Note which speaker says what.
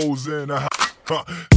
Speaker 1: in the house.